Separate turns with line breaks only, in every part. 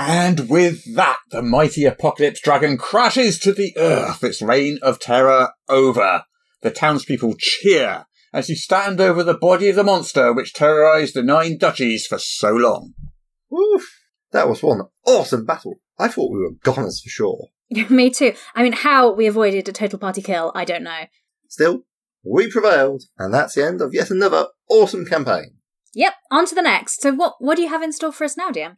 And with that, the mighty apocalypse dragon crashes to the earth, its reign of terror over. The townspeople cheer as you stand over the body of the monster which terrorized the nine duchies for so long.
Woof. That was one awesome battle. I thought we were goners for sure.
Me too. I mean, how we avoided a total party kill, I don't know.
Still, we prevailed, and that's the end of yet another awesome campaign.
Yep, on to the next. So, what what do you have in store for us now, DM?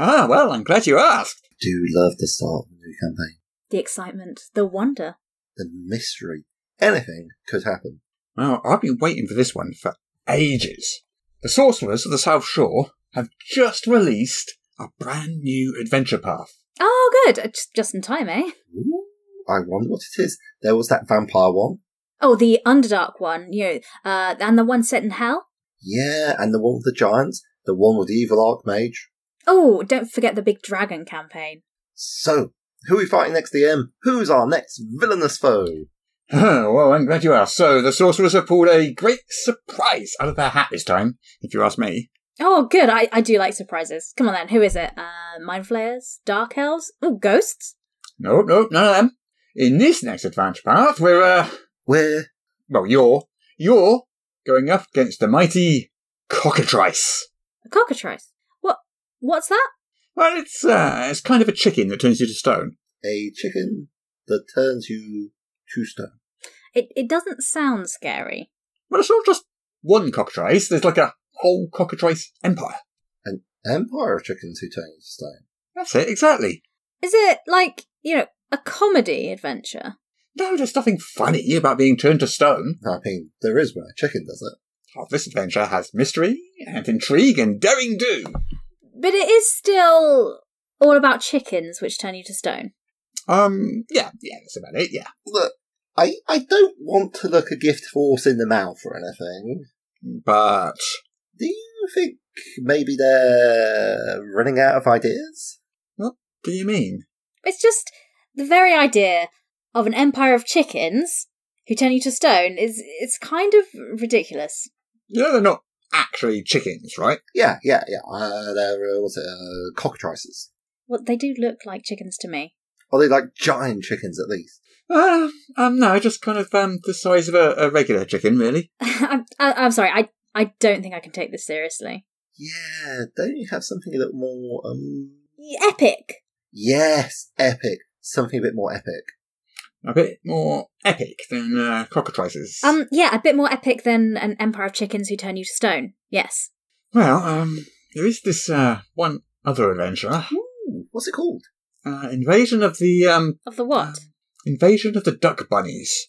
Ah, well, I'm glad you asked.
Do love the start of a new campaign.
The excitement, the wonder.
The mystery. Anything could happen.
Well, I've been waiting for this one for ages. The Sorcerers of the South Shore have just released a brand new adventure path.
Oh, good. Uh, Just, just in time, eh?
Ooh, I wonder what it is. There was that vampire one.
Oh, the Underdark one, you know, uh, and the one set in hell.
Yeah, and the one with the giants. The one with the evil archmage.
Oh, don't forget the big dragon campaign.
So, who are we fighting next, DM? Who's our next villainous foe?
Oh, well, I'm glad you asked. So, the sorcerers have pulled a great surprise out of their hat this time, if you ask me.
Oh, good. I, I do like surprises. Come on then. Who is it? Uh, mind flayers, dark elves, oh, ghosts.
Nope, nope, none of them. In this next adventure path, we're, uh,
We're
well, you're, you're going up against the mighty cockatrice.
A cockatrice. What? What's that?
Well, it's, uh, it's kind of a chicken that turns you to stone.
a chicken that turns you to stone.
It it doesn't sound scary.
Well, it's not just one cockatrice. There's like a whole cockatrice empire.
An empire of chickens who turn you to stone.
That's it, exactly.
Is it like you know a comedy adventure?
No, there's nothing funny about being turned to stone.
I mean, there is when a chicken does it.
Oh, this adventure has mystery and intrigue and daring do.
But it is still all about chickens which turn you to stone.
Um, yeah, yeah, that's about it, yeah.
Look, I, I don't want to look a gift horse in the mouth or anything.
But
Do you think maybe they're running out of ideas?
do you mean?
It's just the very idea of an empire of chickens who turn you to stone is it's kind of ridiculous.
You know they're not actually chickens, right?
Yeah, yeah, yeah. Uh, they're uh, what's it, uh, cockatrices.
Well, they do look like chickens to me.
Are they like giant chickens at least?
Uh, um, no, just kind of um the size of a, a regular chicken, really.
I'm, I, I'm sorry. I I don't think I can take this seriously.
Yeah, don't you have something a little more? Um,
Epic.
yes, epic. Something a bit more epic.
A bit more epic than uh, cockatrices.
Um, yeah, a bit more epic than an empire of chickens who turn you to stone. Yes.
Well, um, there is this uh one other adventure.
Ooh, what's it called?
Uh, invasion of the um
Of the what?
invasion of the duck bunnies.